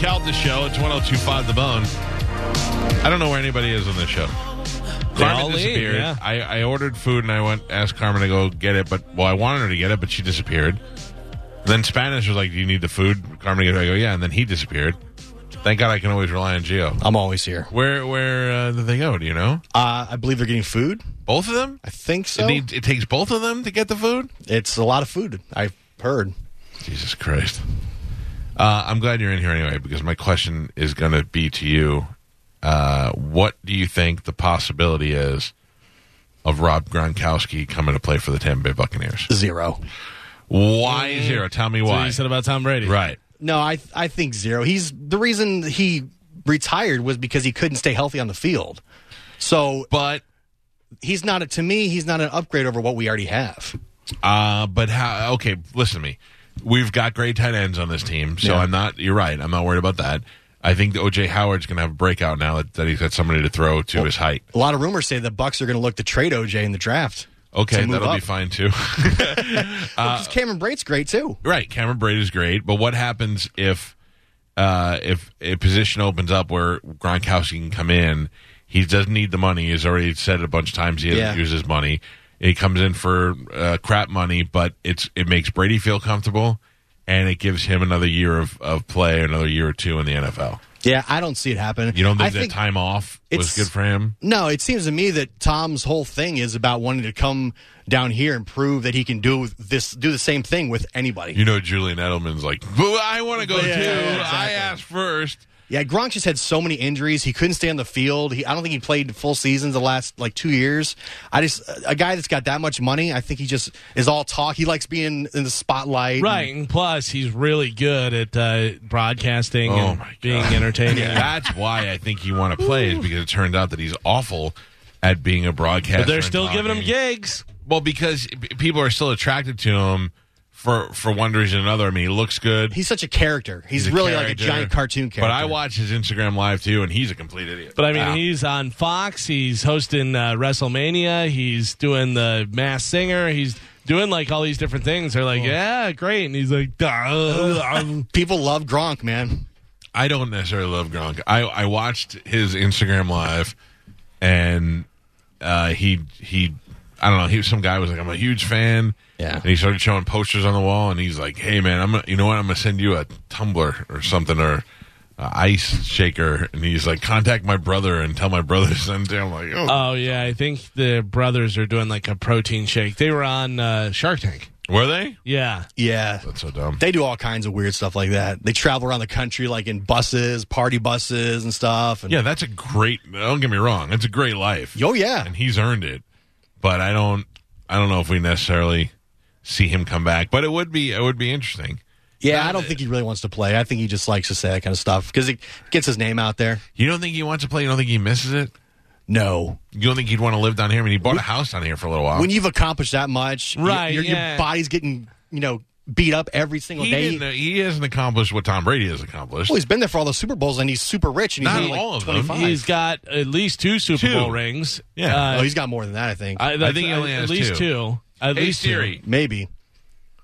Calta Show. It's 1025 The Bone. I don't know where anybody is on this show. They Carmen all leave, disappeared. yeah. I, I ordered food and I went asked Carmen to go get it, but well, I wanted her to get it, but she disappeared. Then Spanish was like, "Do you need the food?" Carmen, I go, "Yeah," and then he disappeared. Thank God I can always rely on Geo. I'm always here. Where where uh, did they go? Do you know? Uh, I believe they're getting food. Both of them. I think It, so. need, it takes both of them to get the food. It's a lot of food. I've heard. Jesus Christ. Uh, I'm glad you're in here anyway, because my question is going to be to you. Uh, what do you think the possibility is of Rob Gronkowski coming to play for the Tampa Bay Buccaneers? Zero. Why zero? Tell me Mm. That's what why. you said about Tom Brady. right. No, I I think zero. He's the reason he retired was because he couldn't stay healthy on the field. So But he's not a, to me. He's not an upgrade over what we already have. uh but how okay, listen to me. We've got great tight ends on this team, so I'm not you're right. I'm not worried about that. I think that OJ Howard's going to have a breakout now that, that he's got somebody to throw to his height. A lot of rumors say the Bucks are going to look to trade OJ in the draft. Okay, to move that'll be up. fine too. Because Cameron Brate's great too. Right, Cameron Braid is great, but what happens if uh, if a position opens up where Gronkowski can come in? He doesn't need the money. He's already said it a bunch of times. He doesn't Yeah. use his money. He comes in for uh, crap money, but it's it makes Brady feel comfortable, and it gives him another year of, of play, another year or two in the NFL. Yeah, I don't see it happening. You don't I think that time off was it's- good for him? No, it seems to me that Tom's whole thing is about wanting to come down here and prove that he can do this, do the same thing with anybody. You know, Julian Edelman's like, "Boo, I want to go Yeah, too. yeah, I asked first. Yeah, Gronk just had so many injuries. He couldn't stay on the field. He, I don't think he played full seasons the last like two years. I just a guy that's got that much money. I think he just is all talk. He likes being in the spotlight. Right, and plus he's really good at uh, broadcasting Oh, and my God. being entertaining. That's why I think you want to play is because it turned out that he's awful at being a broadcaster. But they're and still giving him talking. gigs. Well, because p- people are still attracted to him for for one reason or another. I mean, he looks good. He's such a character. He's, He's really like a character. giant cartoon character. But I watch his Instagram live too, and he's a complete idiot. But I mean, Ah. he's on Fox. He's hosting uh, WrestleMania. He's doing the Mass Singer. He's doing like all these different things. They're Oh. like, yeah, great. And he's like, "Duh." people love Gronk, man. I don't necessarily love Gronk. I I watched his Instagram live, and uh, he he. I don't know. He was some guy was like, "I'm a huge fan." Yeah. And he started showing posters on the wall, and he's like, "Hey, man, I'm gonna, you know what? I'm gonna send you a tumbler or something or a ice shaker." And he's like, "Contact my brother and tell my brother to send." It. I'm like, "Oh, oh yeah, I think the brothers are doing like a protein shake. They were on uh, Shark Tank. were they? Yeah, Yeah, That's so dumb." they do all kinds of weird stuff like that. They travel around the country like in buses, party buses, and stuff. And, yeah, that's a great. Don't get me wrong. It's a great life. Oh yeah. and he's earned it. But I don't I don't know if we necessarily see him come back. But it would be it would be interesting. Yeah, I don't think he really wants to play. I think he just likes to say that kind of stuff because it gets his name out there. You don't think he wants to play? You don't think he misses it? No. You don't think he'd want to live down here? I mean, he bought a house down here for a little while. When you've accomplished that much, y- Right, your, yeah. your body's getting, you know, beat up every single he, day. didn't, he hasn't accomplished what Tom Brady has accomplished. Well, he's been there for all those Super Bowls and he's super rich and he's Not only, like all of them. 25. he's got at least two Super Two. Bowl rings. Yeah. Uh, oh, he's got more than that, I think. I, that's- think he only at has least two. At hey least Siri, two. Maybe.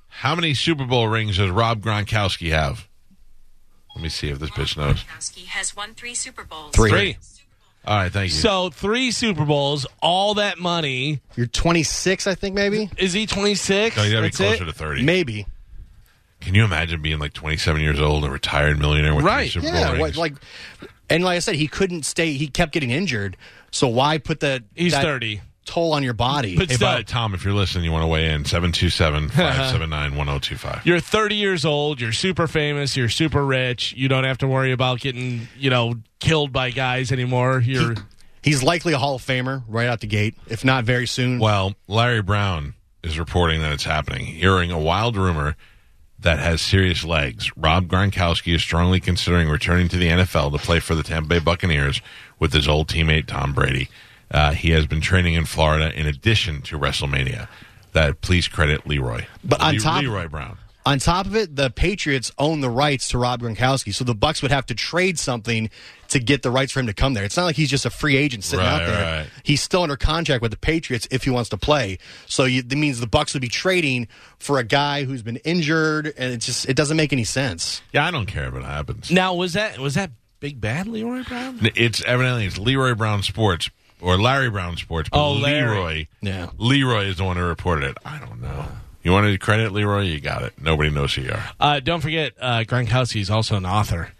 how many Super Bowl rings does Rob Gronkowski have? Let me see if this bitch knows. Gronkowski has won three Super Bowls. Three. Three. All right, thank you. So three Super Bowls, all that money. You're 26, I think, maybe? Is he 26? No, you got to be That's closer it? to thirty. Maybe. Can you imagine being like twenty-seven years old and a retired millionaire with three Right. Super Bowl Yeah. rings? What, like, and like I said, he couldn't stay. He kept getting injured. So why put that, He's that 30. toll on your body? But Hey, still, by the- Tom, if you're listening, you want to weigh in, 727-579-1025. you're 30 years old. You're super famous. You're super rich. You don't have to worry about getting, you know, killed by guys anymore. You're he's likely a Hall of Famer right out the gate, if not very soon. Well, Larry Brown is reporting that it's happening. Hearing a wild rumor that has serious legs, Rob Gronkowski is strongly considering returning to the NFL to play for the Tampa Bay Buccaneers with his old teammate Tom Brady. Uh, he has been training in Florida in addition to WrestleMania. That please credit Leroy. But on top- Leroy Brown. On top of it, the Patriots own the rights to Rob Gronkowski, so the Bucks would have to trade something to get the rights for him to come there. It's not like he's just a free agent sitting Right, out there. right. He's still under contract with the Patriots if he wants to play. So you, that means the Bucks would be trading for a guy who's been injured, and it just it doesn't make any sense. Yeah, I don't care if it happens. Now was that was that Big Bad Leroy Brown? It's evidently it's Leroy Brown Sports or Larry Brown Sports. But Oh, Larry. Leroy. Yeah. Leroy is the one who reported it. I don't know. You wanted to credit Leroy? You got it. Nobody knows who you are. Uh, don't forget, uh, Gronkowski is also an author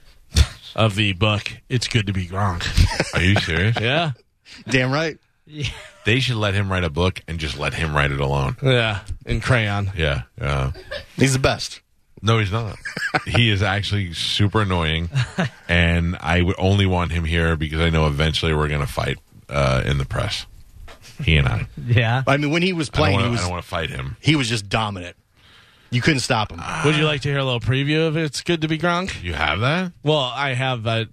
of the book "It's Good to Be Gronk." Are you serious? Yeah, Damn right. They should let him write a book and just let him write it alone. yeah, in crayon. Yeah. Uh, He's the best. no, he's not. he is actually super annoying, and I would only want him here because I know eventually we're going to fight uh, in the press. He and I. Yeah. I mean, when he was I playing, he don't was want to fight him. he was just dominant. You couldn't stop him. Would you like to hear a little preview of "It's Good to Be Gronk"? You have that? Well, I have. Uh,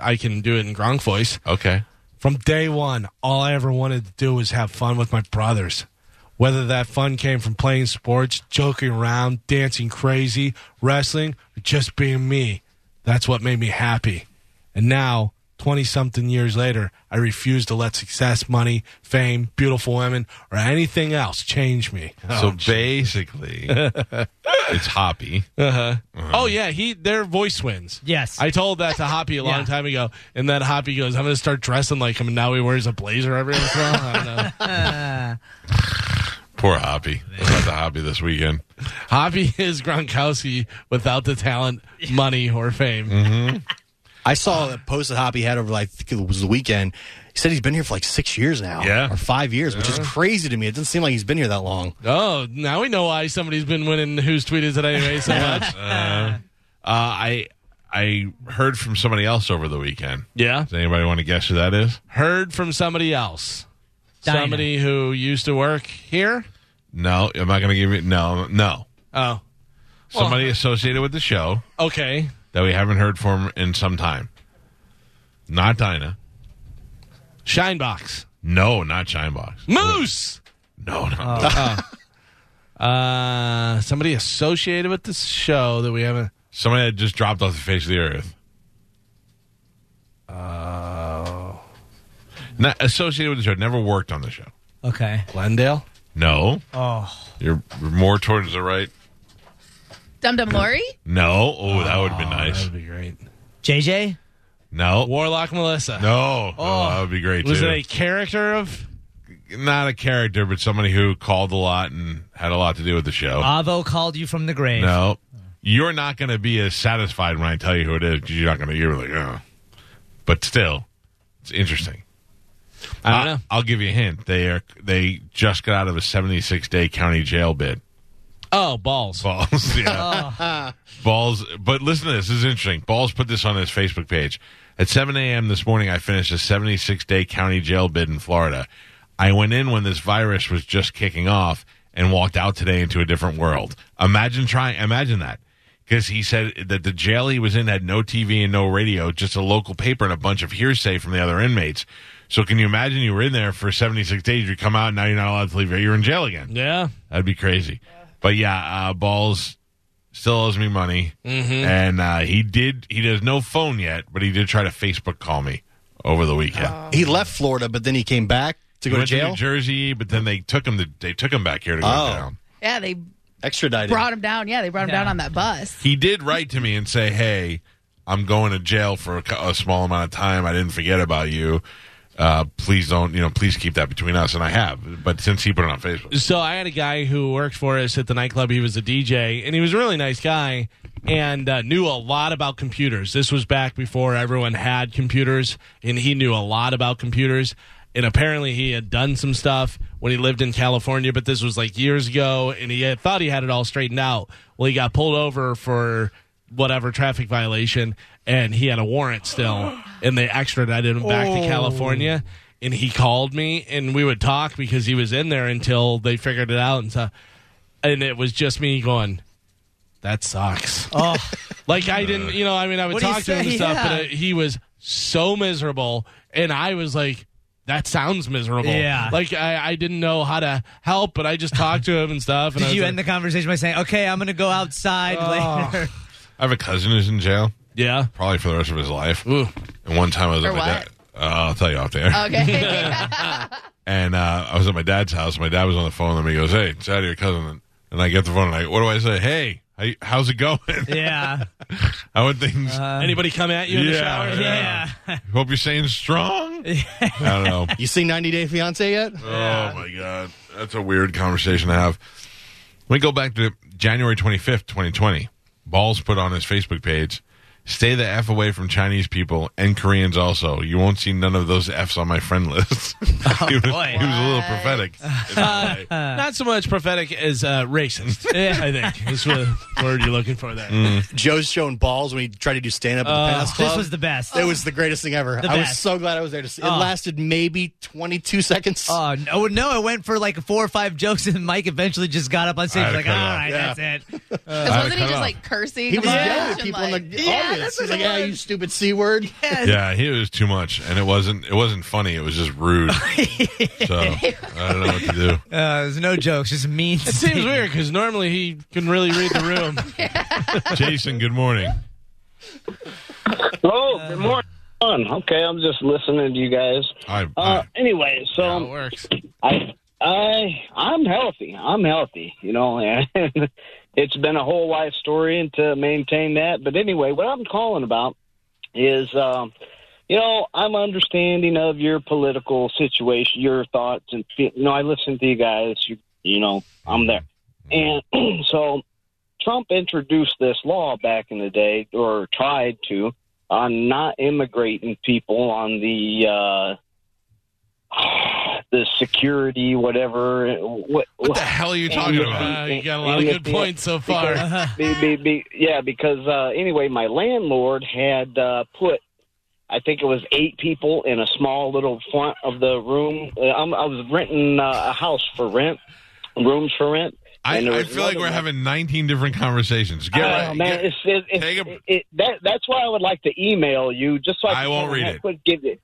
I can do it in Gronk voice. Okay. From day one, all I ever wanted to do was have fun with my brothers. Whether that fun came from playing sports, joking around, dancing crazy, wrestling, or just being me, that's what made me happy. And now, 20 something years later, I refuse to let success, money, fame, beautiful women, or anything else change me. so basically, it's Hoppy. Oh yeah, he their voice wins. Yes. I told that to Hoppy a long Yeah. time ago, and then Hoppy goes, "I'm going to start dressing like him." And now he wears a blazer every once in a while. I don't know. Poor Hoppy. What about the Hoppy this weekend? Hoppy is Gronkowski without the talent, money, or fame. Mm. I saw a post that Hoppy had over, like, I think it was the weekend. He said he's been here for like six years now, Yeah. or five years, which is crazy to me. It doesn't seem like he's been here that long. Oh, now we know why somebody's been winning whose tweet is it anyway so much. Uh, I I heard from somebody else over the weekend. yeah, Does anybody want to guess who that is? heard from somebody else, Dinah. somebody who used to work here. No, I'm not going to give you. No, no. Oh, Somebody associated with the show okay. that we haven't heard from in some time. Not Dinah. Shinebox No, not Shinebox. Moose. No, no. Uh, somebody associated with this show that we haven't. Somebody that just dropped off the face of the earth. Oh. Not associated with the show. Never worked on the show. Okay. Glendale. No. Oh. You're more towards the right. Dum Dum Lori? No. Oh, that would have been That nice. would be great. JJ? No. Warlock Melissa. No. Oh, that would be great Was too. it a character of? Not a character, but somebody who called a lot and had a lot to do with the show. Avo called you from the grave. no. You're not going to be as satisfied when I tell you who it is 'cause you're not going to. You're like, oh. But still, it's interesting. I don't know. I'll give you a hint. They are they just got out of a 76 day county jail bid. Oh, balls. Balls, yeah. Balls. But listen to this. This is interesting. Balls put this on his Facebook page. At 7 a.m. this morning, I finished a 76 day county jail bid in Florida. I went in when this virus was just kicking off and walked out today into a different world. Imagine trying, imagine that. Because he said that the jail he was in had no TV and no radio, just a local paper and a bunch of hearsay from the other inmates. So can you imagine you were in there for 76 days, you come out, now you're not allowed to leave, you're in jail again. Yeah. That'd be crazy. But yeah, uh, Balls still owes me money, Mm-hmm. and uh, he did. He does no phone yet, but he did try to Facebook call me over the weekend. He left Florida, but then he came back to he Uh, go to went to jail, New Jersey, but then they took him. To, they took him back here to go Oh. down. Yeah, they extradited. brought him down. Yeah, they brought him Yeah. down on that bus. He did write to me and say, "Hey, I'm going to jail for a, cou- a small amount of time. I didn't forget about you." Uh, please don't, you know, please keep that between us. And I have, but since he put it on Facebook, So I had a guy who worked for us at the nightclub. He was a DJ, and he was a really nice guy and uh, knew a lot about computers. This was back before everyone had computers, and he knew a lot about computers. And apparently, he had done some stuff when he lived in California, but this was like years ago, and he had thought he had it all straightened out. Well, he got pulled over for whatever traffic violation, and he had a warrant still, and they extradited him back Oh. to California and he called me and we would talk because he was in there until they figured it out and so and it was just me going that sucks Oh, like i didn't you know i mean i would What do you uh, talk to him and say? stuff Yeah. but uh he was so miserable and i was like that sounds miserable. Yeah. Like I, I didn't know how to help, but I just talked to him and stuff. And I Did was you like, end the conversation by saying, "Okay, I'm going to go outside later"? I have a cousin who's in jail, Yeah. probably for the rest of his life. Ooh. And one time I was For at my what? dad. Uh, I'll tell you off there. Oh, Okay. and uh, I was at my dad's house. My dad was on the phone, and he goes, "Hey, it's out of your cousin." And I get the phone, and I, what do I say? Hey, how, how's it going? Yeah, Uh, I would think, Anybody come at you in the Yeah, shower? yeah. yeah. hope you're staying strong. I don't know. You seen 90 Day Fiance yet? Oh my god, that's a weird conversation to have. Let me go back to January twenty fifth, twenty twenty. Balls put on his Facebook page. Stay the f away from Chinese people and Koreans. Also, you won't see none of those f's on my friend list. he, was, Oh, boy. he was a little prophetic. in a way. Not so much prophetic as uh, racist. I think is the word you're looking for there. Mm. Joe's showing balls when he tried to do stand up Uh, Oh. at the Palace Club. Uh, This was the best. It was the greatest thing ever. The I was best. so glad I was there to see. It Uh. Oh. lasted maybe 22 seconds. Oh no, no! It went for like four or five jokes, and Mike eventually just got up on stage I had to like, "All cut it off." right, Yeah. that's it." I had to wasn't cut he just off. like cursing? he was a bunch yelling at and, people like, in the yeah, audience. that's He's what like, it "Yeah, you was." stupid c word." Yeah, he was too much, and it wasn't. It wasn't funny. It was just rude. so I don't know what to do. Uh, there's no jokes, just mean. It seems weird because normally he can really read the room. Jason, good morning. Oh, good morning. Fun. Okay, I'm just listening to you guys. I, Uh, I anyway, so How it works. I, I, I'm healthy. I'm healthy. You know, and it's been a whole life story and to maintain that. But anyway, what I'm calling about is, um, you know, I'm understanding of your political situation, your thoughts, and fe- you know, I listen to you guys. You, you know, I'm there, and so Trump introduced this law back in the day, or tried to, on not immigrating people on the uh, the security, whatever. What, what the hell are you talking about? Uh, you got a lot of good points so far. Uh-huh. be, be, be, yeah, because uh, anyway, my landlord had uh, put, I think it was eight people in a small little front of the room. Uh, I'm, I was renting uh, a house for rent, rooms for rent. I, and there I was feel like another we're one. having 19 different conversations. Get Oh, right. man, get- it's, it, it's, Take a- it, it, that, that's why I would like to email you, just so I I, can won't kinda read it. Quick, give it.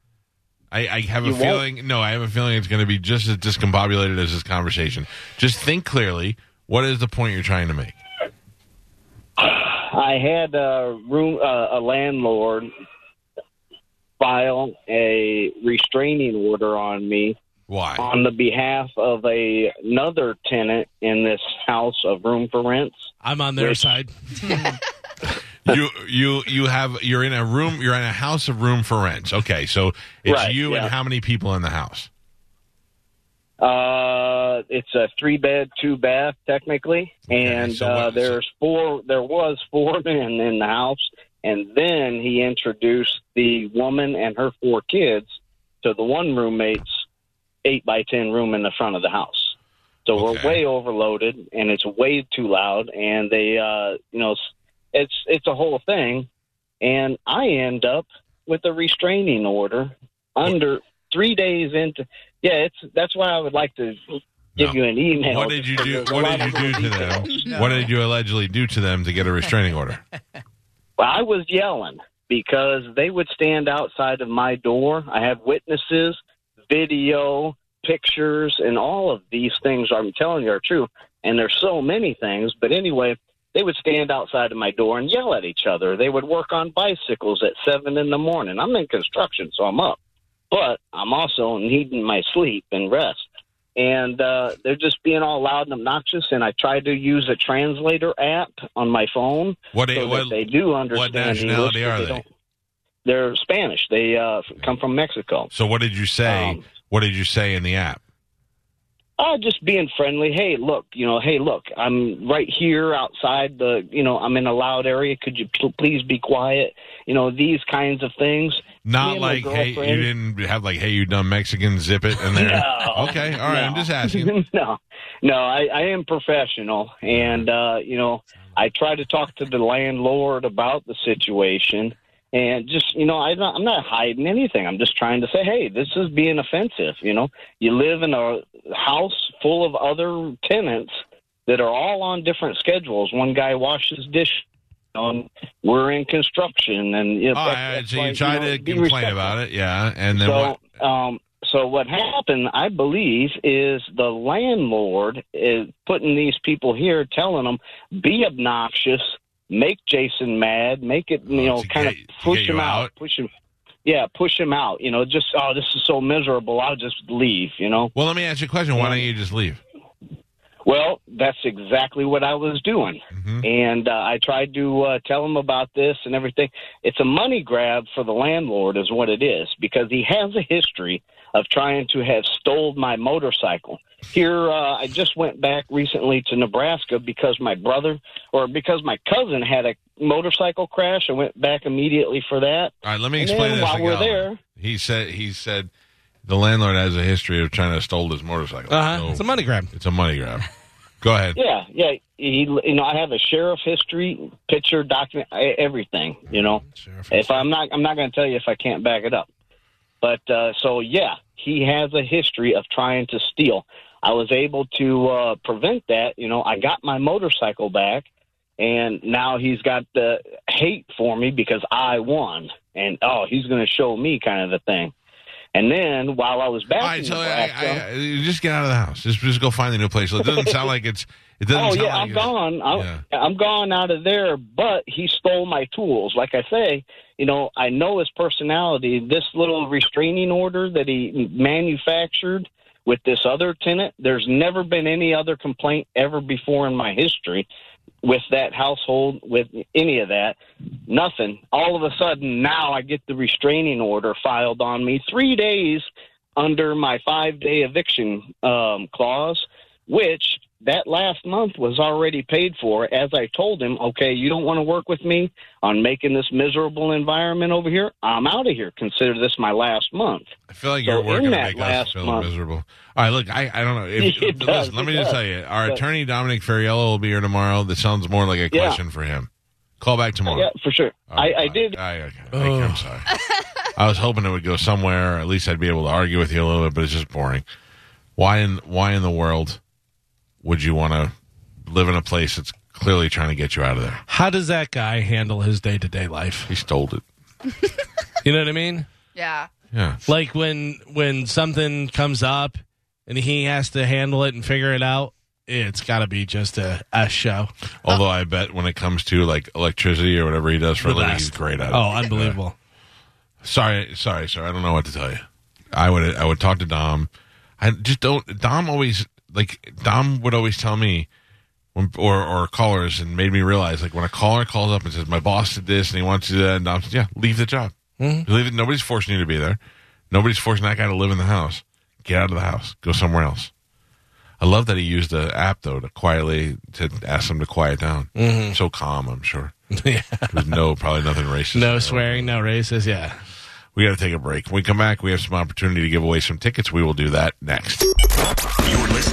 I, I have a You won't? feeling. No, I have a feeling it's going to be just as discombobulated as this conversation. Just think clearly. What is the point you're trying to make? I had a room, uh, a landlord file a restraining order on me Why? on the behalf of a, another tenant in this house of room for rents. I'm on their side. you you you have you're in a room. You're in a house of room for rent. Okay, so it's Right, you yeah. and how many people in the house? Uh, it's a three bed, two bath, technically, Okay, and so uh, what- there's four. There was four men in the house, and then he introduced the woman and her four kids to the one roommate's eight by ten room in the front of the house. So Okay. we're way overloaded, and it's way too loud, and they, uh, you know, s- it's it's a whole thing, and I end up with a restraining order under three days into. Yeah, it's that's why I would like to give No. you an email. What did you do? There's a What lot did of you do to detail. them? What did you allegedly do to them to get a restraining order? Well, I was yelling because they would stand outside of my door. I have witnesses, video, pictures, and all of these things I'm telling you are true. And there's so many things. But anyway, they would stand outside of my door and yell at each other. They would work on bicycles at seven in the morning. I'm in construction, so I'm up, but I'm also needing my sleep and rest. And uh, they're just being all loud and obnoxious. And I tried to use a translator app on my phone What so that what they do understand nationality English, but are they? don't- They're Spanish. They uh, f- come from Mexico. So what did you say? Um, what did you say in the app? Uh, just being friendly. Hey, look, you know, hey, look, I'm right here outside the, you know, I'm in a loud area. Could you pl- please be quiet? You know, these kinds of things. Not Me and my like hey, you girlfriend- didn't have like hey, you dumb Mexican, zip it in there. No. okay, all right. I'm No. just asking. no, no, I, I am professional, and uh, you know, I try to talk to the landlord about the situation, and just you know, I, don't- I'm not hiding anything. I'm just trying to say, hey, this is being offensive. You know, you live in a house full of other tenants that are all on different schedules. One guy washes dish. On, we're in construction, and you know, All that's- right, that's so why, you tried know, to be complain respectful about it, yeah, and then so, what? Um, So what happened, I believe, is the landlord is putting these people here, telling them be obnoxious, make Jason mad, make it you Oh, know to kind of get- to push get him you out, out? push him. Yeah, push him out. You know, just oh, this is so miserable. I'll just leave. You know. Well, let me ask you a question. Why don't you just leave? Well, that's exactly what I was doing. And uh, I tried to uh, tell him about this and everything. It's a money grab for the landlord, is what it is, because he has a history of trying to have stole my motorcycle. Here, uh, I just went back recently to Nebraska because my brother or because my cousin had a motorcycle crash. I went back immediately for that. All right, let me And explain then this. while to we're Gallagher. there- he said he said the landlord has a history of trying to stole his motorcycle. Uh-huh. So It's a money grab. It's a money grab. Go ahead. Yeah, yeah. He, you know, I have a sheriff history, picture, document, e- everything. You know. If I'm not, I'm not going to tell you if I can't back it up. But uh, so yeah, he has a history of trying to steal. I was able to uh, prevent that. You know, I got my motorcycle back, and now he's got the hate for me because I won, and oh, he's going to show me kind of a thing. And then while I was back, All right, in so I, Nebraska- I, I, you just get out of the house. Just just go find a new place. It doesn't sound like it's. It doesn't. Oh sound yeah, like I'm it's- gone. I'm, I'm gone out of there. But he stole my tools. Like I say, you know, I know his personality. This little restraining order that he manufactured with this other tenant. There's never been any other complaint ever before in my history with that household, with any of that. Nothing. All of a sudden, now I get the restraining order filed on me. Three days under my five day eviction um, clause, which that last month was already paid for. As I told him, okay, you don't want to work with me on making this miserable environment over here. I'm out of here. Consider this my last month. I feel like So you're in working to that make us last feel month- miserable. All right, look, I, I don't know. If, It listen, does, let it me just does. tell you, our But- attorney Dominic Ferriello will be here tomorrow. That sounds more like a Yeah. question for him. Call back tomorrow. Yeah, for sure. All right, I, I did. I, I, am sorry. I was hoping it would go somewhere. At least I'd be able to argue with you a little bit, but it's just boring. Why in Why in the world would you want to live in a place that's clearly trying to get you out of there? How does that guy handle his day to day life? He stole it. You know what I mean? Yeah. Yeah. Like when when something comes up and he has to handle it and figure it out, it's got to be just a, a show. Although I bet when it comes to like electricity or whatever he does for a The living, best. he's great at it. Oh, unbelievable. Sorry, sorry, sir. I don't know what to tell you. I would I would talk to Dom. I just don't. Dom always like Dom would always tell me. When, or, or callers and made me realize like when a caller calls up and says my boss did this and he wants to do that and Dom says yeah leave the job Mm-hmm. leave it nobody's forcing you to be there nobody's forcing that guy to live in the house get out of the house go somewhere else I love that he used the app though to quietly to ask them to quiet down so calm I'm sure Mm-hmm. Yeah. there's no probably nothing racist No swear. swearing, no racist. Yeah. We got to take a break. When we come back, we have some opportunity to give away some tickets. We will do that next. You're listening.